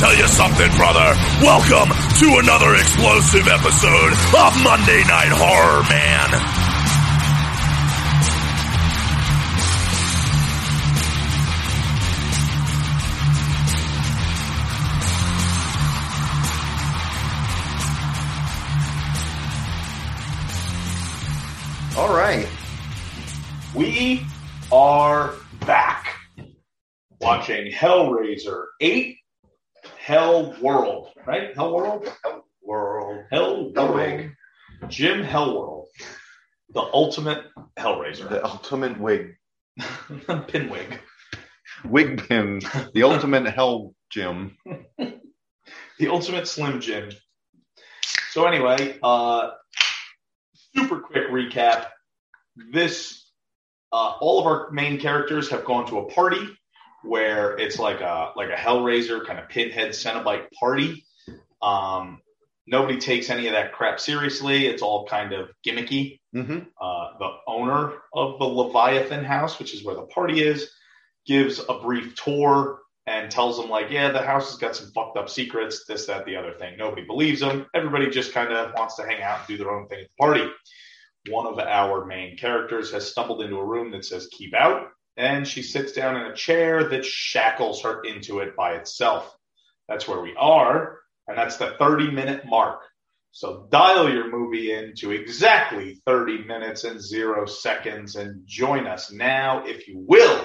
tell you something, brother. Welcome to another explosive episode of Monday Night Horror, man. All right. We are back watching Hellraiser 8 Hell World, right? Hell World? World. Hell World. Hellwig. Jim Hellworld, the ultimate Hellraiser. The ultimate wig. Pinwig, Wig pin. The ultimate hell gym. the ultimate Slim Jim. So, anyway, uh, super quick recap. This, uh, all of our main characters have gone to a party where it's like a like a Hellraiser kind of pinhead Cenobite party. Um, nobody takes any of that crap seriously. It's all kind of gimmicky. Mm-hmm. Uh, the owner of the Leviathan house, which is where the party is, gives a brief tour and tells them like, yeah, the house has got some fucked up secrets, this, that, the other thing. Nobody believes them. Everybody just kind of wants to hang out and do their own thing at the party. One of our main characters has stumbled into a room that says keep out, and she sits down in a chair that shackles her into it by itself. That's where we are, and that's the 30 minute mark. So dial your movie in to exactly 30 minutes and zero seconds and join us now, if you will,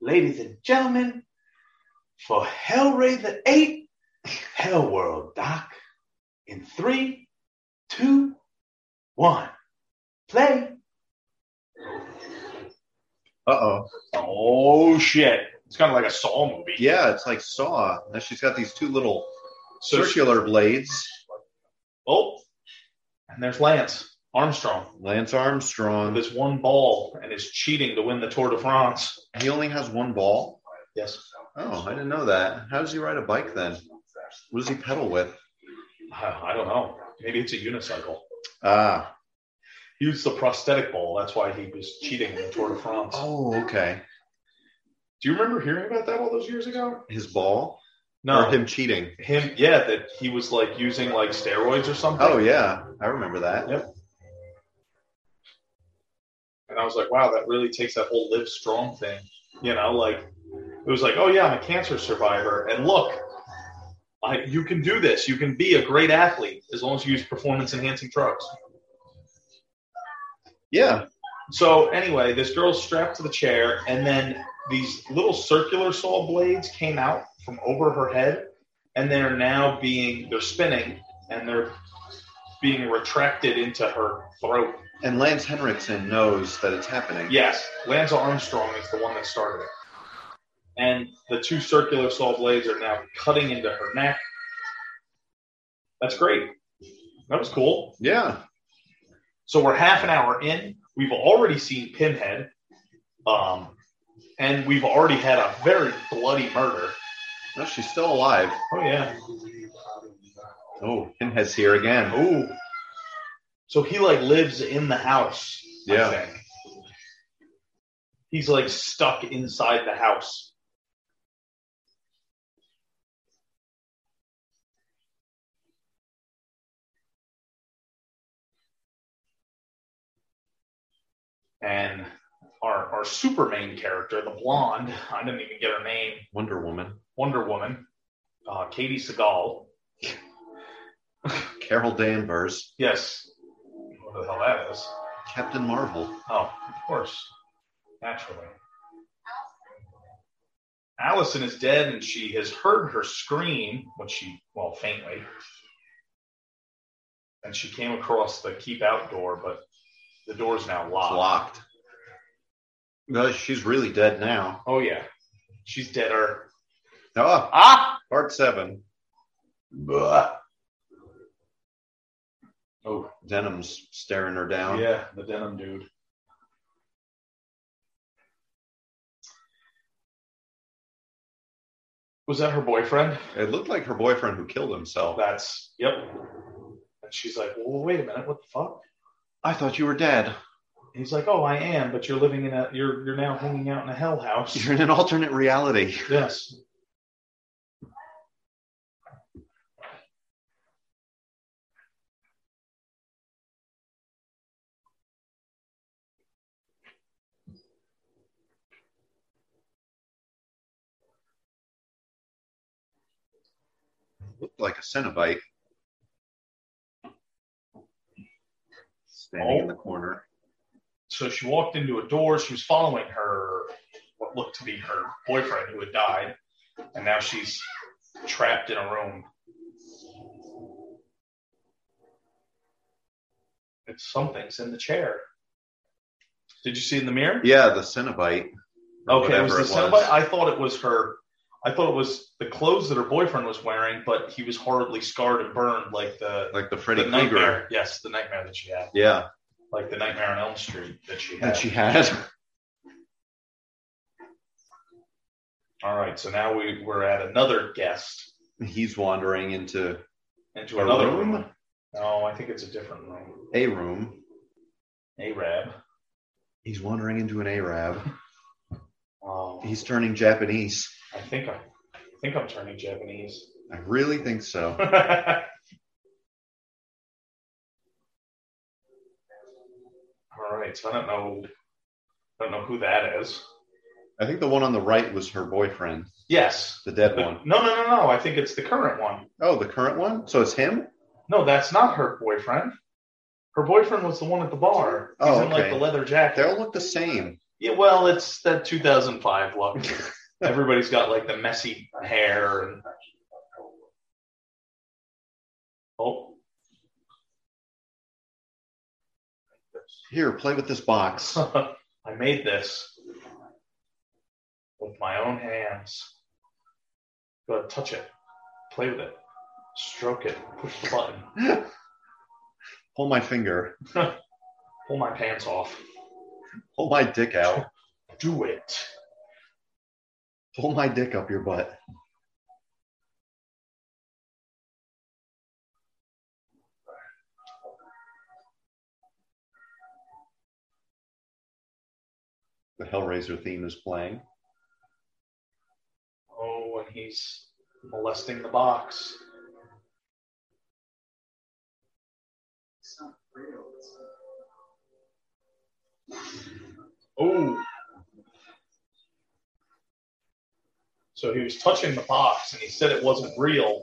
ladies and gentlemen, for Hellraiser 8 Hellworld, Doc, in three, two, one, play. Uh oh. Oh, shit. It's kind of like a Saw movie. Yeah, it's like Saw. Now she's got these two little So, circular blades. oh, and there's Lance Armstrong. Lance Armstrong. This one ball and is cheating to win the Tour de France. He only has one ball. Yes. Oh, I didn't know that. How does he ride a bike then? What does he pedal with? I I don't know. Maybe it's a unicycle. Ah. He used the prosthetic ball. That's why he was cheating in the Tour de France. Oh, okay. Do you remember hearing about that all those years ago? His ball No. or him cheating? Him, yeah, that he was like using like steroids or something. Oh yeah, I remember that. Yep. And I was like, wow, that really takes that whole live strong thing. You know, like it was like, oh yeah, I'm a cancer survivor, and look, I, you can do this. You can be a great athlete as long as you use performance enhancing drugs. Yeah. So anyway, this girl's strapped to the chair, and then these little circular saw blades came out from over her head, and they're now being they're spinning and they're being retracted into her throat. And Lance Henriksen knows that it's happening. Yes, Lance Armstrong is the one that started it. And the two circular saw blades are now cutting into her neck. That's great. That was cool. Yeah. So we're half an hour in. We've already seen Pinhead, um, and we've already had a very bloody murder. No, she's still alive. Oh yeah. Oh, Pinhead's here again. Ooh. So he like lives in the house. I Yeah. think. He's like stuck inside the house. And our, our super main character, the blonde, I didn't even get her name, Wonder Woman. Wonder Woman, uh, Katie Seagal. Carol Danvers. Yes. What the hell that is. Captain Marvel. Oh, of course. Naturally. Allison is dead and she has heard her scream, which she, well, faintly. And she came across the keep out door, but the door's now It's locked. locked. No, she's really dead now. Oh, yeah. She's deader. Oh, Ah! part seven. Oh, Denim's staring her down. yeah, the denim dude. Was that her boyfriend? It looked like her boyfriend who killed himself. That's yep. And she's like, "Well, wait a minute, what the fuck?" I thought you were dead. And he's like, "Oh, I am, but you're living in a you're you're now hanging out in a hell house." You're in an alternate reality. yes. looked like a Cenobite. Standing in the corner. So she walked into a door. She was following her, what looked to be her boyfriend who had died, and now she's trapped in a room. It's something's in the chair. Did you see in the mirror? Yeah, the Cenobite. or Okay, it was whatever the Cenobite. I thought it was her. I thought it was the clothes that her boyfriend was wearing, but he was horribly scarred and burned, like the, Like the Freddy the Krueger. nightmare. Yes, the nightmare that she had, Yeah, like the nightmare on Elm Street that she had. that she had. All right, so now we, we're at another guest He's wandering into into a another room? room. No, I think it's a different room. a room. Arab. He's wandering into an Arab. Oh, He's turning Japanese. I think I, I think I'm turning Japanese. I really think so. All right, so I don't know, I don't know who that is. I think the one on the right was her boyfriend, Yes. the dead No, one. no, no, no. I think it's the current one. Oh, the current one? So it's him? No, that's not her boyfriend. Her boyfriend was the one at the bar. He's Oh, in like okay. the leather jacket. They all look the same. Yeah, well, it's that 2005 look. Everybody's got like the messy hair and. Oh, Here, play with this box. I made this with my own hands. Go ahead, touch it, play with it, stroke it, push the button, Pull my finger. pull my pants off, Pull my dick out. do it. Pull my dick up your butt. The Hellraiser theme is playing. Oh, and he's molesting the box. Oh. So he was touching the box and he said it wasn't real.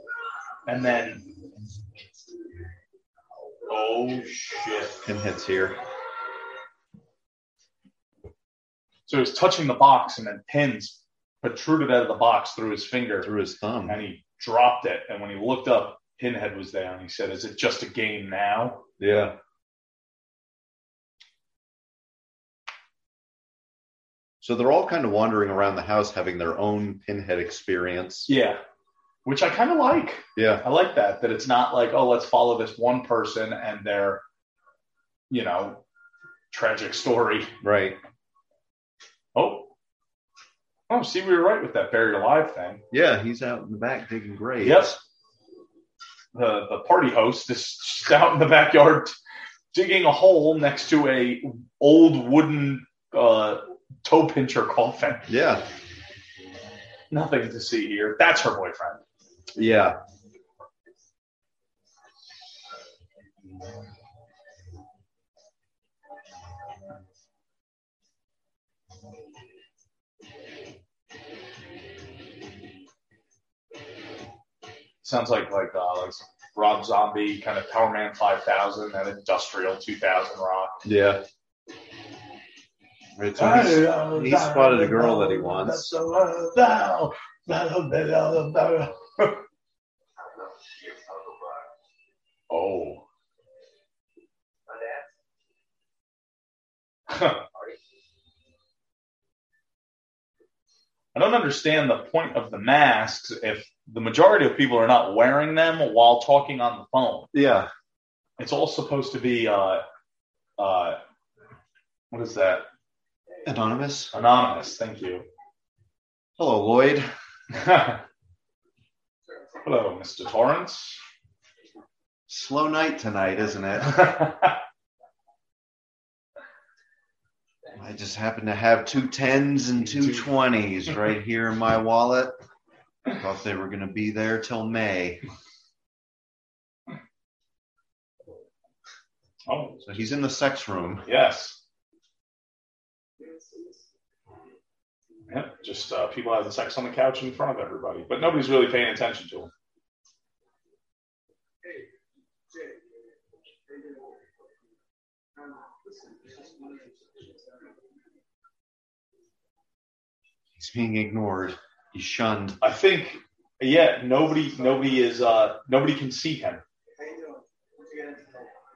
And then. Oh, shit. Pinhead's here. So he was touching the box and then pins protruded out of the box through his finger. Through his thumb. and he dropped it. And when he looked up, Pinhead was there, and he said, "Is it just a game now?" Yeah. So they're all kind of wandering around the house having their own pinhead experience. Yeah, which I kind of like. Yeah. I like that that it's not like, "Oh, let's follow this one person and their, you know, tragic story." Right. Oh, oh, see, we were right with that buried alive thing. Yeah, he's out in the back digging graves. Yes, the the party host is just out in the backyard digging a hole next to a old wooden uh, toe pincher coffin. Yeah. Nothing to see here. That's her boyfriend. Yeah. Sounds like like uh, like some Rob Zombie kind of Power Man 5000 and Industrial 2000 rock. Yeah. Right, so he's- he spotted a girl that he wants. Oh. I don't understand the point of the masks if the majority of people are not wearing them while talking on the phone. yeah. It's all supposed to be uh, uh, what is that? Anonymous. Anonymous. Thank you. Hello, Lloyd. Hello, Mr. Torrance. Slow night tonight, isn't it? I just happen to have two tens and two twenties right here in my wallet. Thought they were going to be there till May. oh, So he's in the sex room. yes. Yep, just uh, people having sex on the couch in front of everybody, but nobody's really paying attention to them. He's being ignored. He's shunned. I think, yeah, nobody, nobody is, uh, nobody can see him.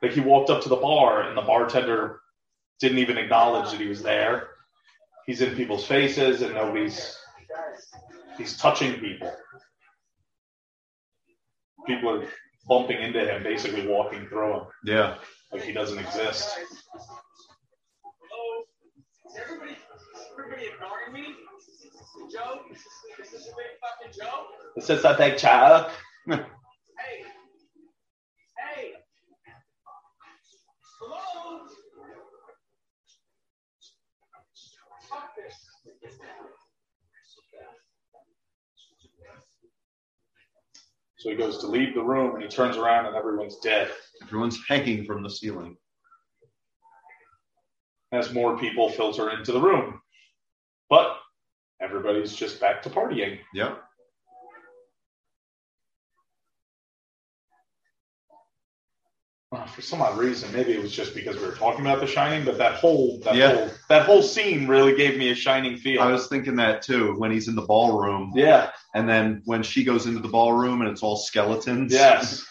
Like he walked up to the bar, and the bartender didn't even acknowledge that he was there. He's in people's faces, and nobody's. He's touching people. People are bumping into him, basically walking through him, Yeah. like he doesn't exist. Is everybody, everybody ignoring me? Joe? Is this a big fucking joke? This is a big joke. Hey! Hey! Hello? Fuck this. So he goes to leave the room, and he turns around, and everyone's dead. Everyone's hanging from the ceiling. as more people filter into the room. But everybody's just back to partying. Yep. Uh, For some odd reason, maybe it was just because we were talking about The Shining, but that whole that Yeah. whole that whole scene really gave me a Shining feel. I was thinking that too when he's in the ballroom. yeah, And then when she goes into the ballroom and it's all skeletons. yes.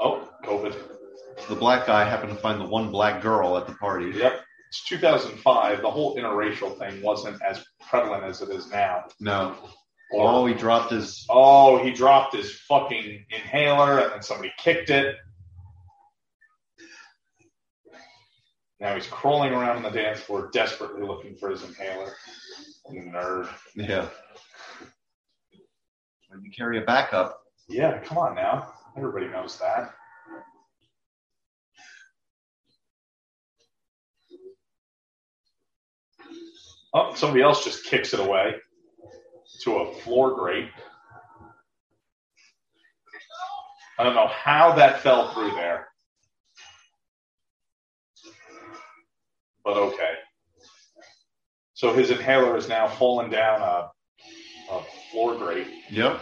oh, COVID. The black guy happened to find the one black girl at the party. Yep. It's 2005. The whole interracial thing wasn't as prevalent as it is now. No. Or- Oh, he dropped his. Oh, he dropped his fucking inhaler and then somebody kicked it. Now he's crawling around on the dance floor desperately looking for his inhaler. Nerd. Yeah. When you carry a backup, Yeah, come on now. Everybody knows that. Oh, somebody else just kicks it away to a floor grate. I don't know how that fell through there. But okay. So his inhaler is now fallen down a, a floor grate yep,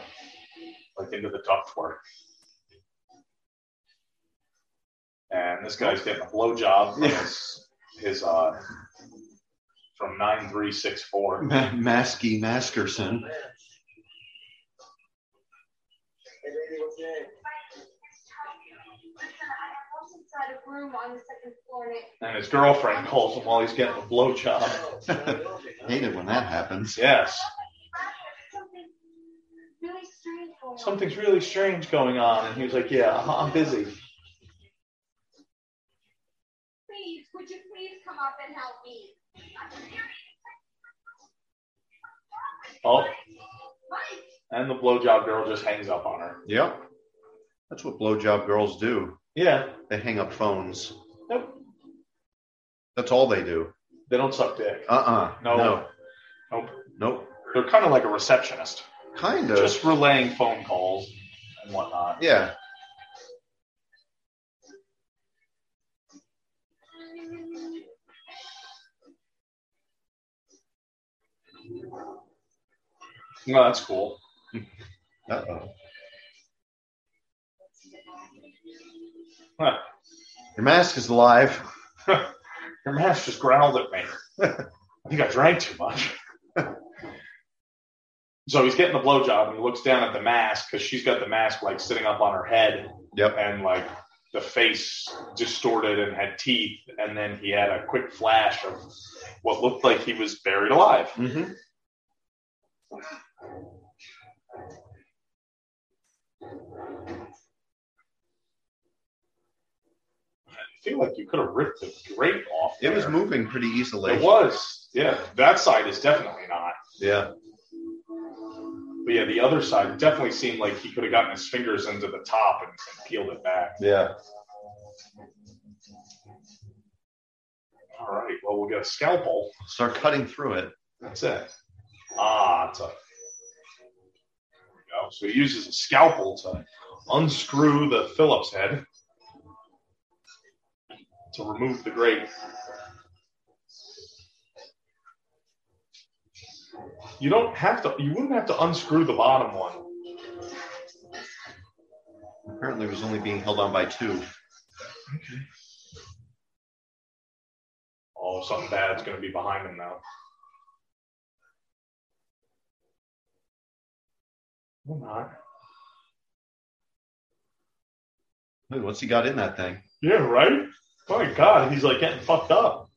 like into the ductwork. And this guy's getting a blowjob from his, his uh, from nine three six four. Ma- Maskey Maskerson. Hey, baby, what's your name? Listen, I have what's inside a room on the second floor, and it And his girlfriend calls him while he's getting a blowjob. Hate it when that happens. Yes, something really strange going on. something's really strange going on. And he was like, "Yeah, uh-huh, I'm busy." Please, would you please come up and help me? I'm serious. Oh, Mike, and the blowjob girl just hangs up on her. Yep. That's what blowjob girls do. Yeah, They hang up phones. Nope. That's all they do. they don't suck dick. Uh uh No. No. Nope. Nope. They're kind of like a receptionist, Kind of. just relaying phone calls and whatnot. yeah. No, that's cool. Uh oh. Huh. Your mask is alive. Your mask just growled at me. I think I drank too much. so he's getting the blowjob and he looks down at the mask because she's got the mask like sitting up on her head. Yep. And like the face distorted and had teeth. And then he had a quick flash of what looked like he was buried alive. Mm-hmm. I feel like you could have ripped the grate off. It was there. moving pretty easily. It was. Yeah. That side is definitely not. Yeah. But yeah, the other side definitely seemed like he could have gotten his fingers into the top and, and peeled it back. Yeah. All right. Well, we'll get a scalpel. Start cutting through it. That's it. Ah, it's a. There we go. So he uses a scalpel to unscrew the Phillips head to remove the grate. You don't have to. You wouldn't have to unscrew the bottom one. Apparently, it was only being held on by two. Oh, something bad's going to be behind him now. Or not. Wait, what's he got in that thing? Yeah, right? My God, he's like getting fucked up.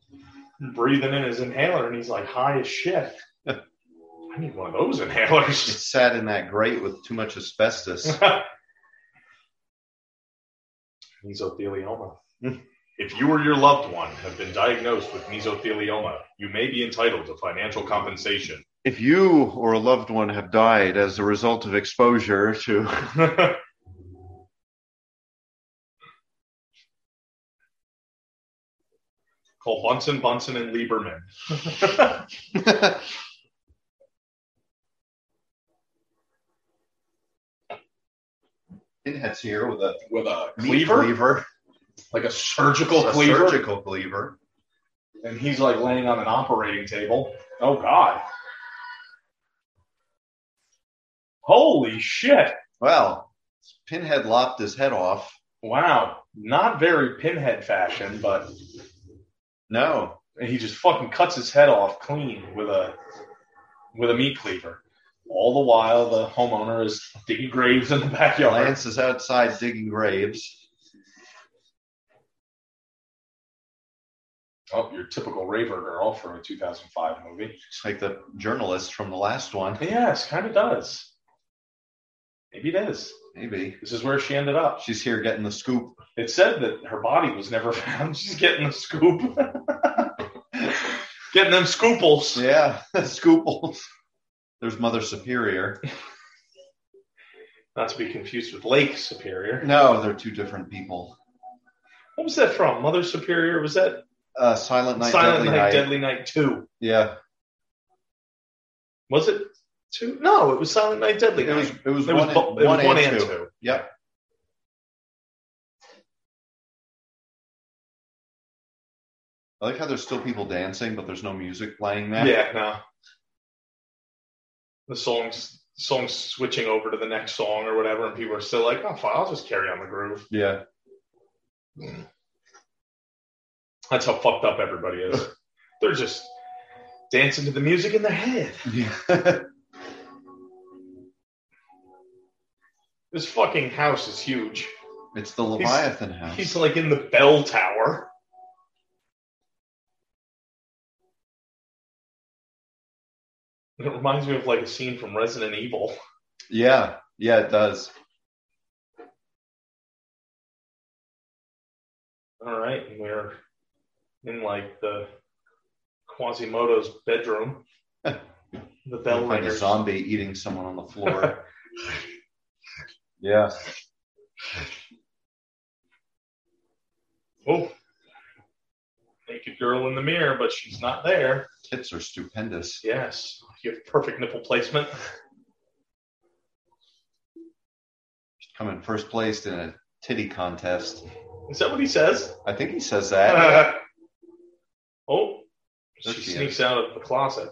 Breathing in his inhaler and he's like high as shit. I need one of those It inhalers. sat in that grate with too much asbestos. mesothelioma. if you or your loved one have been diagnosed with mesothelioma, you may be entitled to financial compensation. if you or a loved one have died as a result of exposure to Call Bunsen, Bunsen, and Lieberman. Pinhead's here with a With a meat cleaver? cleaver. Like a surgical a cleaver? surgical cleaver. and he's like laying on an operating table. Oh God! Holy shit! Well, Pinhead lopped his head off. Wow, not very pinhead fashion, but No, he just fucking cuts his head off clean with a with a meat cleaver. All the while, the homeowner is digging graves in the backyard. Lance is outside digging graves. Oh, your typical raver girl from a 2005 movie. It's like the journalist from the last one. Yes, kind of does. Maybe it is. Maybe This is where she ended up. she's here getting the scoop. It said that her body was never found. She's getting the scoop. getting them scooples. Yeah, scooples. There's Mother Superior. Not to be confused with Lake Superior. No, they're two different people. What was that from? Mother Superior? Was that Uh, Silent Night, Silent Deadly Night, Night. Deadly Night 2? Yeah, Was it 2? No, it was Silent Night, Deadly it Night. was it was, There one, was and, bu- one, there was and, two. Yep. I like how there's still people dancing, but there's no music playing now. Yeah, no. The song's, song's switching over to the next song or whatever, and people are still like, oh, fine, I'll just carry on the groove. Yeah. That's how fucked up everybody is. They're just dancing to the music in their head. Yeah. This fucking house is huge. it's the Leviathan house. He's like in the bell tower. It reminds me of like a scene from Resident Evil. yeah. Yeah, it does. All right, and we're in like the Quasimodo's bedroom. the bell You'll find a ringers. zombie eating someone on the floor. yeah. Oh, naked girl in the mirror, but she's not there. Tits are stupendous. Yes, you have perfect nipple placement. come in first place in a titty contest. Is that what he says? I think he says that. Uh, oh, There she she sneaks out of the closet.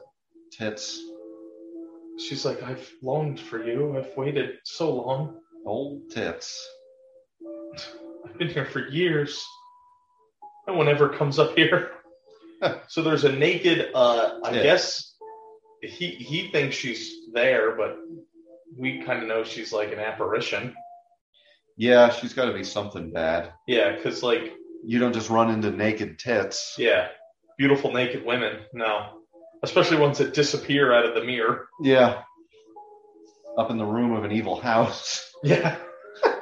Tits. She's like, I've longed for you. I've waited so long. Old tits. I've been here for years. No one ever comes up here. so there's a naked, uh, I Yeah. guess he, he thinks she's there, but we kind of know she's like an apparition. Yeah, she's got to be something bad. Yeah, because, like, You don't just run into naked tits. yeah, beautiful naked women. No. Especially ones that disappear out of the mirror. Yeah. Up in the room of an evil house. Yeah.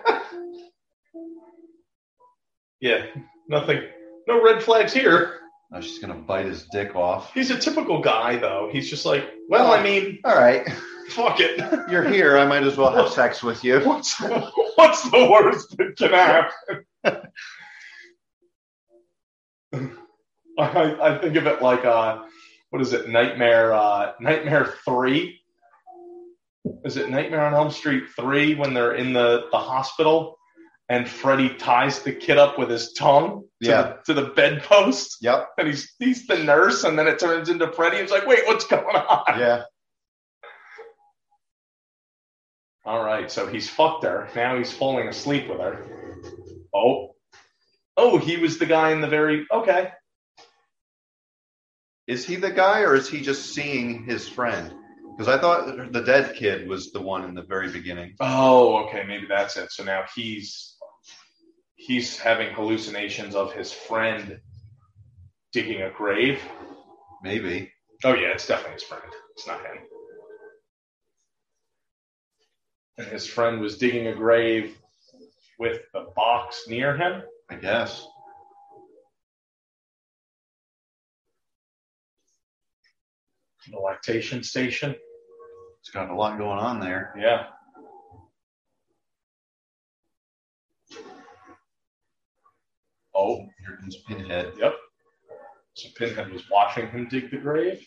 yeah. Nothing. No red flags here. Now she's going to bite his dick off. He's a typical guy, though. He's just like, well, I mean, All right. fuck it. You're here. I might as well have sex with you. What's, what's the worst that can happen? I, I think of it like, uh, what is it, Nightmare, uh, Nightmare 3? Is it Nightmare on Elm Street 3 when they're in the, the hospital and Freddy ties the kid up with his tongue to, Yeah. the, to the bedpost? Yep. And he's, he's the nurse, and then it turns into Freddy. He's like, wait, what's going on? Yeah. All right, so he's fucked her. Now he's falling asleep with her. Oh. Oh, he was the guy in the very. Okay. Is he the guy, or is he just seeing his friend? Because I thought the dead kid was the one in the very beginning. Oh, okay, maybe that's it. So now he's he's having hallucinations of his friend digging a grave. Maybe. Oh yeah, it's definitely his friend. It's not him. And his friend was digging a grave with the box near him. I guess. The lactation station. It's got a lot going on there. Yeah. Oh, Here comes Pinhead. yep. So Pinhead was watching him dig the grave.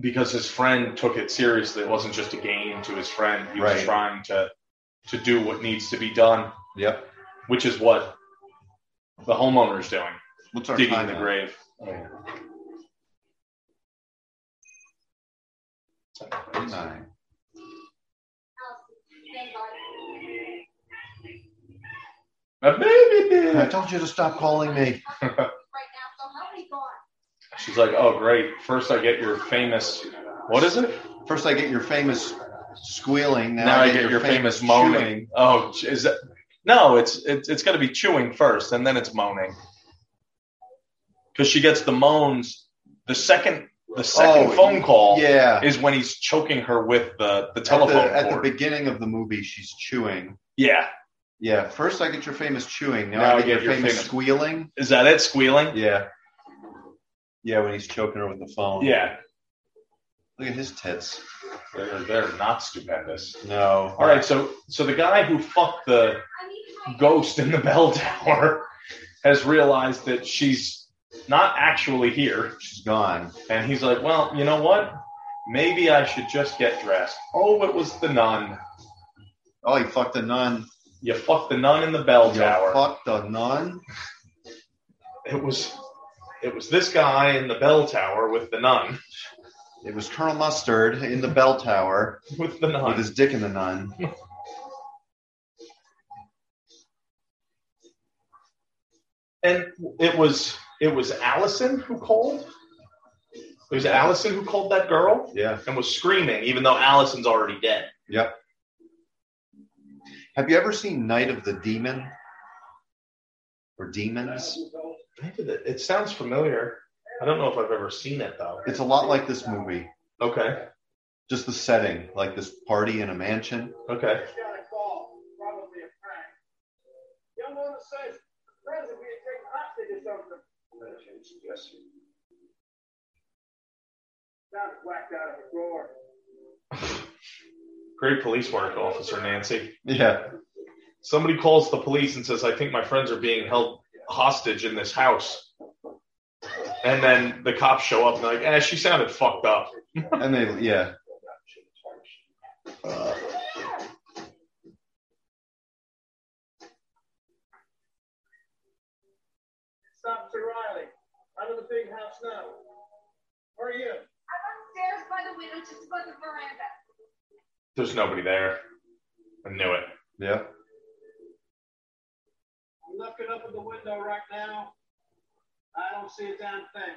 Because his friend took it seriously. It wasn't just a game to his friend. He was Right. trying to, to do what needs to be done, Yep. which is what the homeowner's doing. What's our digging time the now? grave. Nine. Thank God. A baby I did. told you to stop calling me. Right now, so help me God. She's like, oh great. First I get your famous. What is it? First, I get your famous squealing. Now, Now, I get, your famous, moaning. chewing. Oh, ch- is that? No, it's it's it's gonna be chewing first, and then it's moaning. Because she gets the moans. The second the Oh, second phone call Yeah. is when he's choking her with the the At telephone the, at the cord. beginning of the movie, she's chewing. yeah, Yeah. First, I get your famous chewing. Now, I get, your, famous, squealing. is that it? Squealing. Yeah. Yeah, when he's choking her with the phone. yeah. Look at his tits. They're, they're not stupendous. No. All right, so so the guy who fucked the I need my ghost in the bell tower has realized that she's not actually here, She's gone. and he's like, "Well, you know what? Maybe I should just get dressed." Oh, it was the nun. Oh, he fucked a nun. You fucked the nun in the bell You tower. Fucked a nun. it was it was this guy in the bell tower with the nun It was Colonel Mustard in the bell tower with the with nun. his dick in the nun. And it was it was Allison who called. It was Allison who called that girl. Yeah. and was screaming, even though Allison's already dead. Have you ever seen Night of the Demon? Or Demons? Maybe that it sounds familiar. I don't know if I've ever seen it though. It's a lot like this movie. Okay, Just the setting, like this party in a mansion. okay. Just got a call, probably a prank. Young woman says, friends are being taken hostage or something. Yes. Sounds whacked out of the drawer. Great police work, Officer Nancy. Yeah. Somebody calls the police and says, "I think my friends are being held hostage in this house." And then the cops show up and they're like, "Eh, she sounded fucked up." And they, yeah. Stop to Riley. I'm in the big house now. Where are you? I'm upstairs by the window, just above the veranda. There's nobody there. I knew it. Yeah. I'm looking up at the window right now. I don't see a damn thing.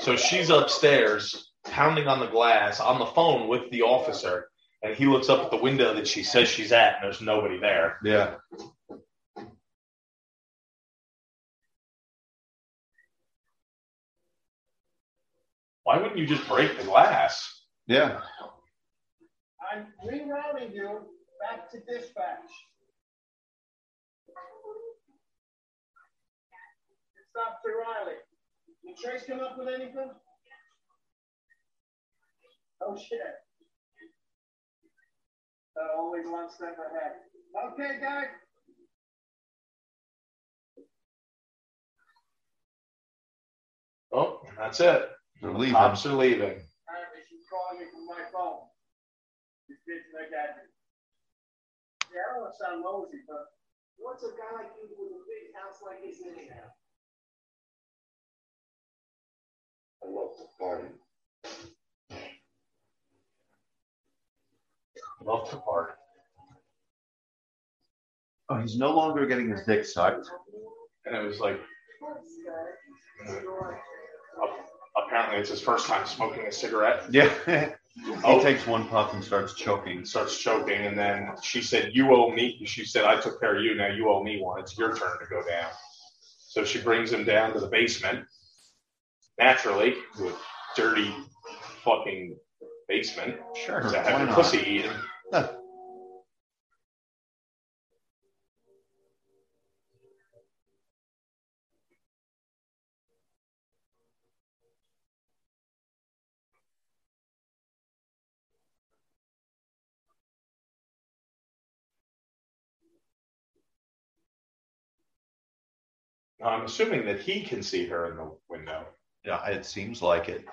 So she's upstairs pounding on the glass on the phone with the officer, and he looks up at the window that she says she's at, and there's nobody there. Yeah. Why wouldn't you just break the glass? Yeah. I'm rerouting you back to dispatch. Stop to Riley. You Trace come up with anything? Oh shit. Uh, only one step ahead. Okay, guys. Oh, and that's it. They're leaving. Cops are leaving. Apparently she's calling me from my phone. She's bitching like that. Yeah, I don't want to sound nosy, but what's a guy like you with a big house like this anyhow? I love party. Love to party. Oh, he's no longer getting his dick sucked. And it was like, uh, apparently it's his first time smoking a cigarette. Yeah. Oh. He takes one puff and starts choking. and starts choking. And then she said, You owe me. She said, I took care of you. Now you owe me one. It's your turn to go down. So she brings him down to the basement, naturally, to a dirty fucking basement Sure. to why have your not? pussy eaten. Huh. Now, I'm assuming that he can see her in the window. Yeah, it seems like it.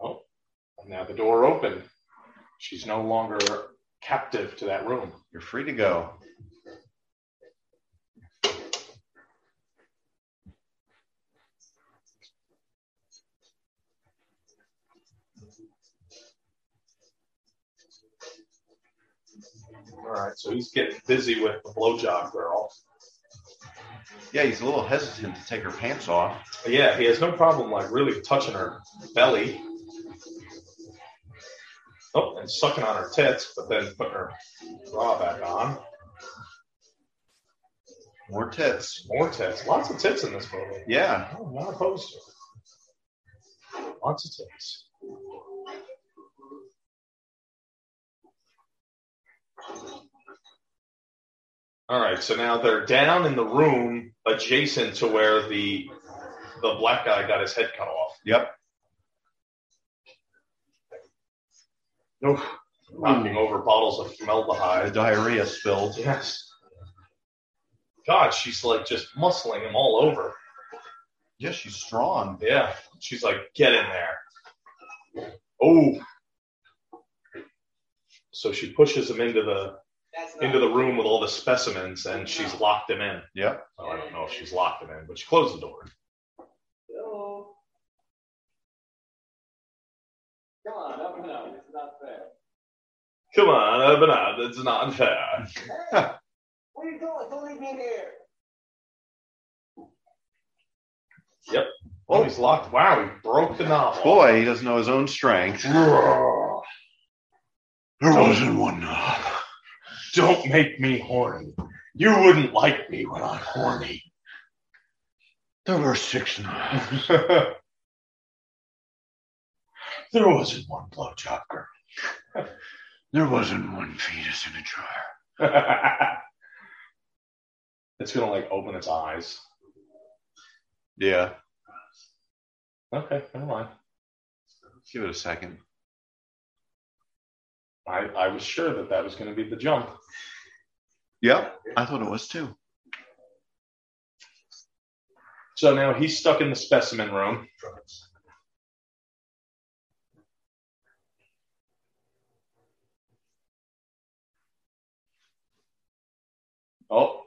And now the door opened. She's no longer captive to that room. You're free to go. All right. So he's getting busy with the blowjob girl. Yeah, he's a little hesitant to take her pants off. But yeah, he has no problem like really touching her belly. Oh, and sucking on her tits, but then putting her bra back on. More tits. More tits. Lots of tits in this movie. Yeah. I'm not opposed to it. Lots of tits. All right, so now they're down in the room adjacent to where the the black guy got his head cut off. Yep. Oof. Knocking over bottles of The formaldehyde. diarrhea spilled. Yes. God, she's like just muscling him all over. Yeah, she's strong. Yeah. She's like, get in there. Oh. So she pushes him into the into the room with all the specimens and she's locked him in. Yep. Oh, I don't know if she's locked him in, but she closed the door. Hello. Come on, up and out. It's not fair. Come on, open up. It's not fair. Hey, what are you doing? Don't leave me here. Oh, he's locked. Wow, he broke the knob. Boy, he doesn't know his own strength. Roar. There wasn't one knob. Don't make me horny. You wouldn't like me when I'm horny. There were six knobs. there wasn't one blowjob girl. There wasn't one fetus in a jar. it's gonna like open its eyes. Yeah. Okay, never mind. Give it a second. I, I was sure that that was gonna be the jump. Yep. I thought it was too. So now he's stuck in the specimen room. Oh,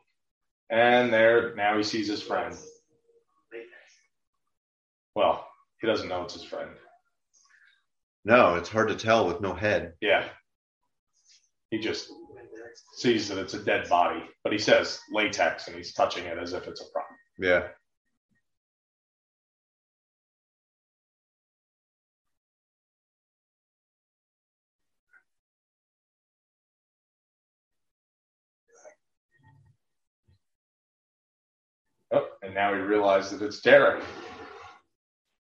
and there now he sees his friend. Well, he doesn't know it's his friend. No, it's hard to tell with no head. Yeah. He just sees that it's a dead body, but he says latex and he's touching it as if it's a problem. Yeah. Oh, and now he realizes that it's Derek.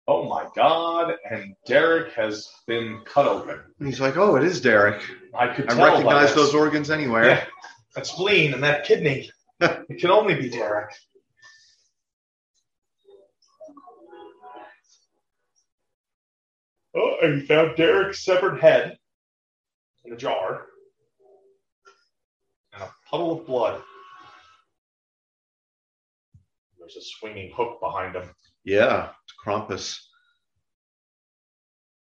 Oh my God. And Derek has been cut open. And he's like, oh, it is Derek. I could I tell by recognize that- those organs anywhere. Yeah, that spleen and that kidney. it can only be Derek. Oh, and he found Derek's severed head in a jar and a puddle of blood. There's a swinging hook behind him. Yeah. It's Krampus.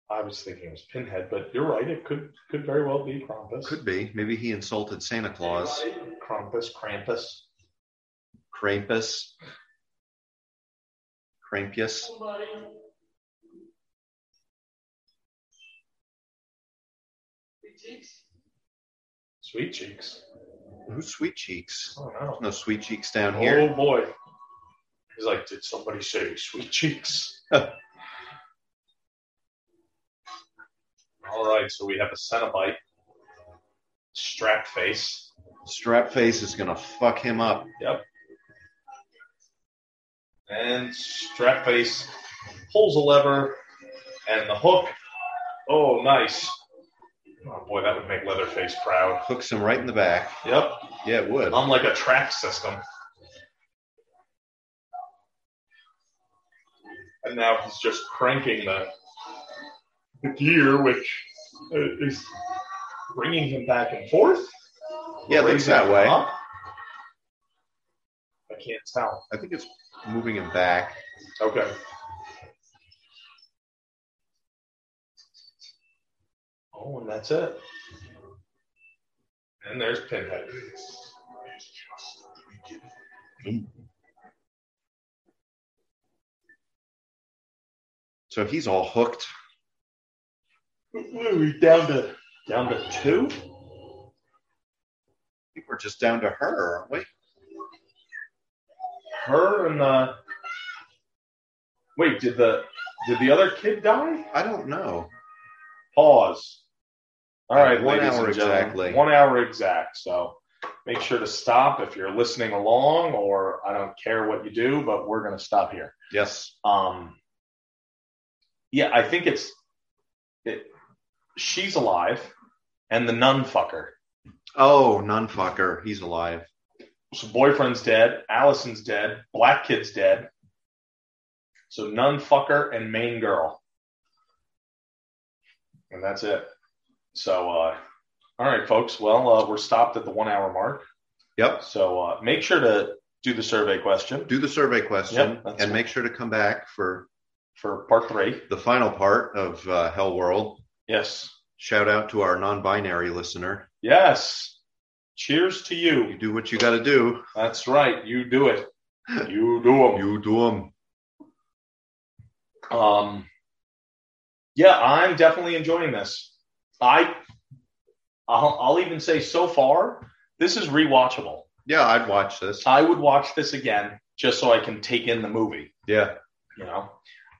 I was thinking it was Pinhead, but you're right. It could could very well be Krampus. Could be. Maybe he insulted Santa Claus. Krampus, Krampus. Krampus. Crampius. Somebody. Hey, Cheeks, Sweet cheeks. Who's Sweet Cheeks? Oh no. No Sweet Cheeks down here. Oh boy. He's like, did somebody say sweet cheeks? All right, so we have a Cenobite, strap face. Strapface is gonna fuck him up. And Strapface pulls a lever and the hook. Oh, nice. Oh, boy, that would make Leatherface proud. Hooks him right in the back. Yep, Yeah, it would. unlike a track system. And now he's just cranking the, the gear, which uh, is bringing him back and forth. Yeah, it looks Raising that way. him up. I can't tell. I think it's moving him back. Okay. Oh, and that's it. And there's Pinhead. So he's all hooked. What are we down to? Down to two? I think we're just down to her, aren't we? her and the wait did the did the other kid die I don't know. pause all right One ladies hour and gentlemen, exactly. one hour exact so make sure to stop if you're listening along or i don't care what you do but we're going to stop here Yes. um yeah i think it's it, she's alive and the nun fucker Oh, nun fucker. He's alive. so boyfriend's dead, Allison's dead, black kid's dead. So nun fucker and main girl. And that's it. So uh all right folks, well uh, we're stopped at the 1 hour mark. Yep. So uh make sure to do the survey question Do the survey question Yep, that's and cool. make sure to come back for for part 3. the final part of uh, Hell World. Yes. Shout out to our non binary listener. Yes. Cheers to You you. do what you got to do. That's right. You do it. You do 'em. You do 'em. Um, yeah, I'm definitely enjoying this. I, I'll, I'll even say so far, this is rewatchable. Yeah, I'd watch this. I would watch this again just so I can take in the movie. Yeah. You know,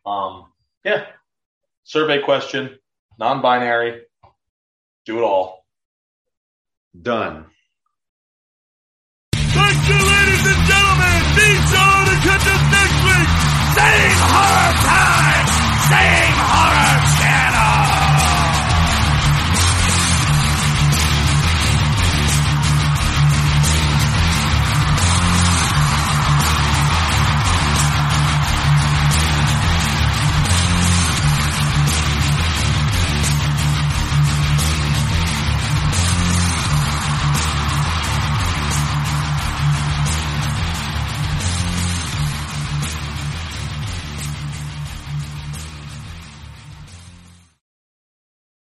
um, yeah. Survey question, non-binary, do it all. Done. Thank you, ladies and gentlemen. These are the contestants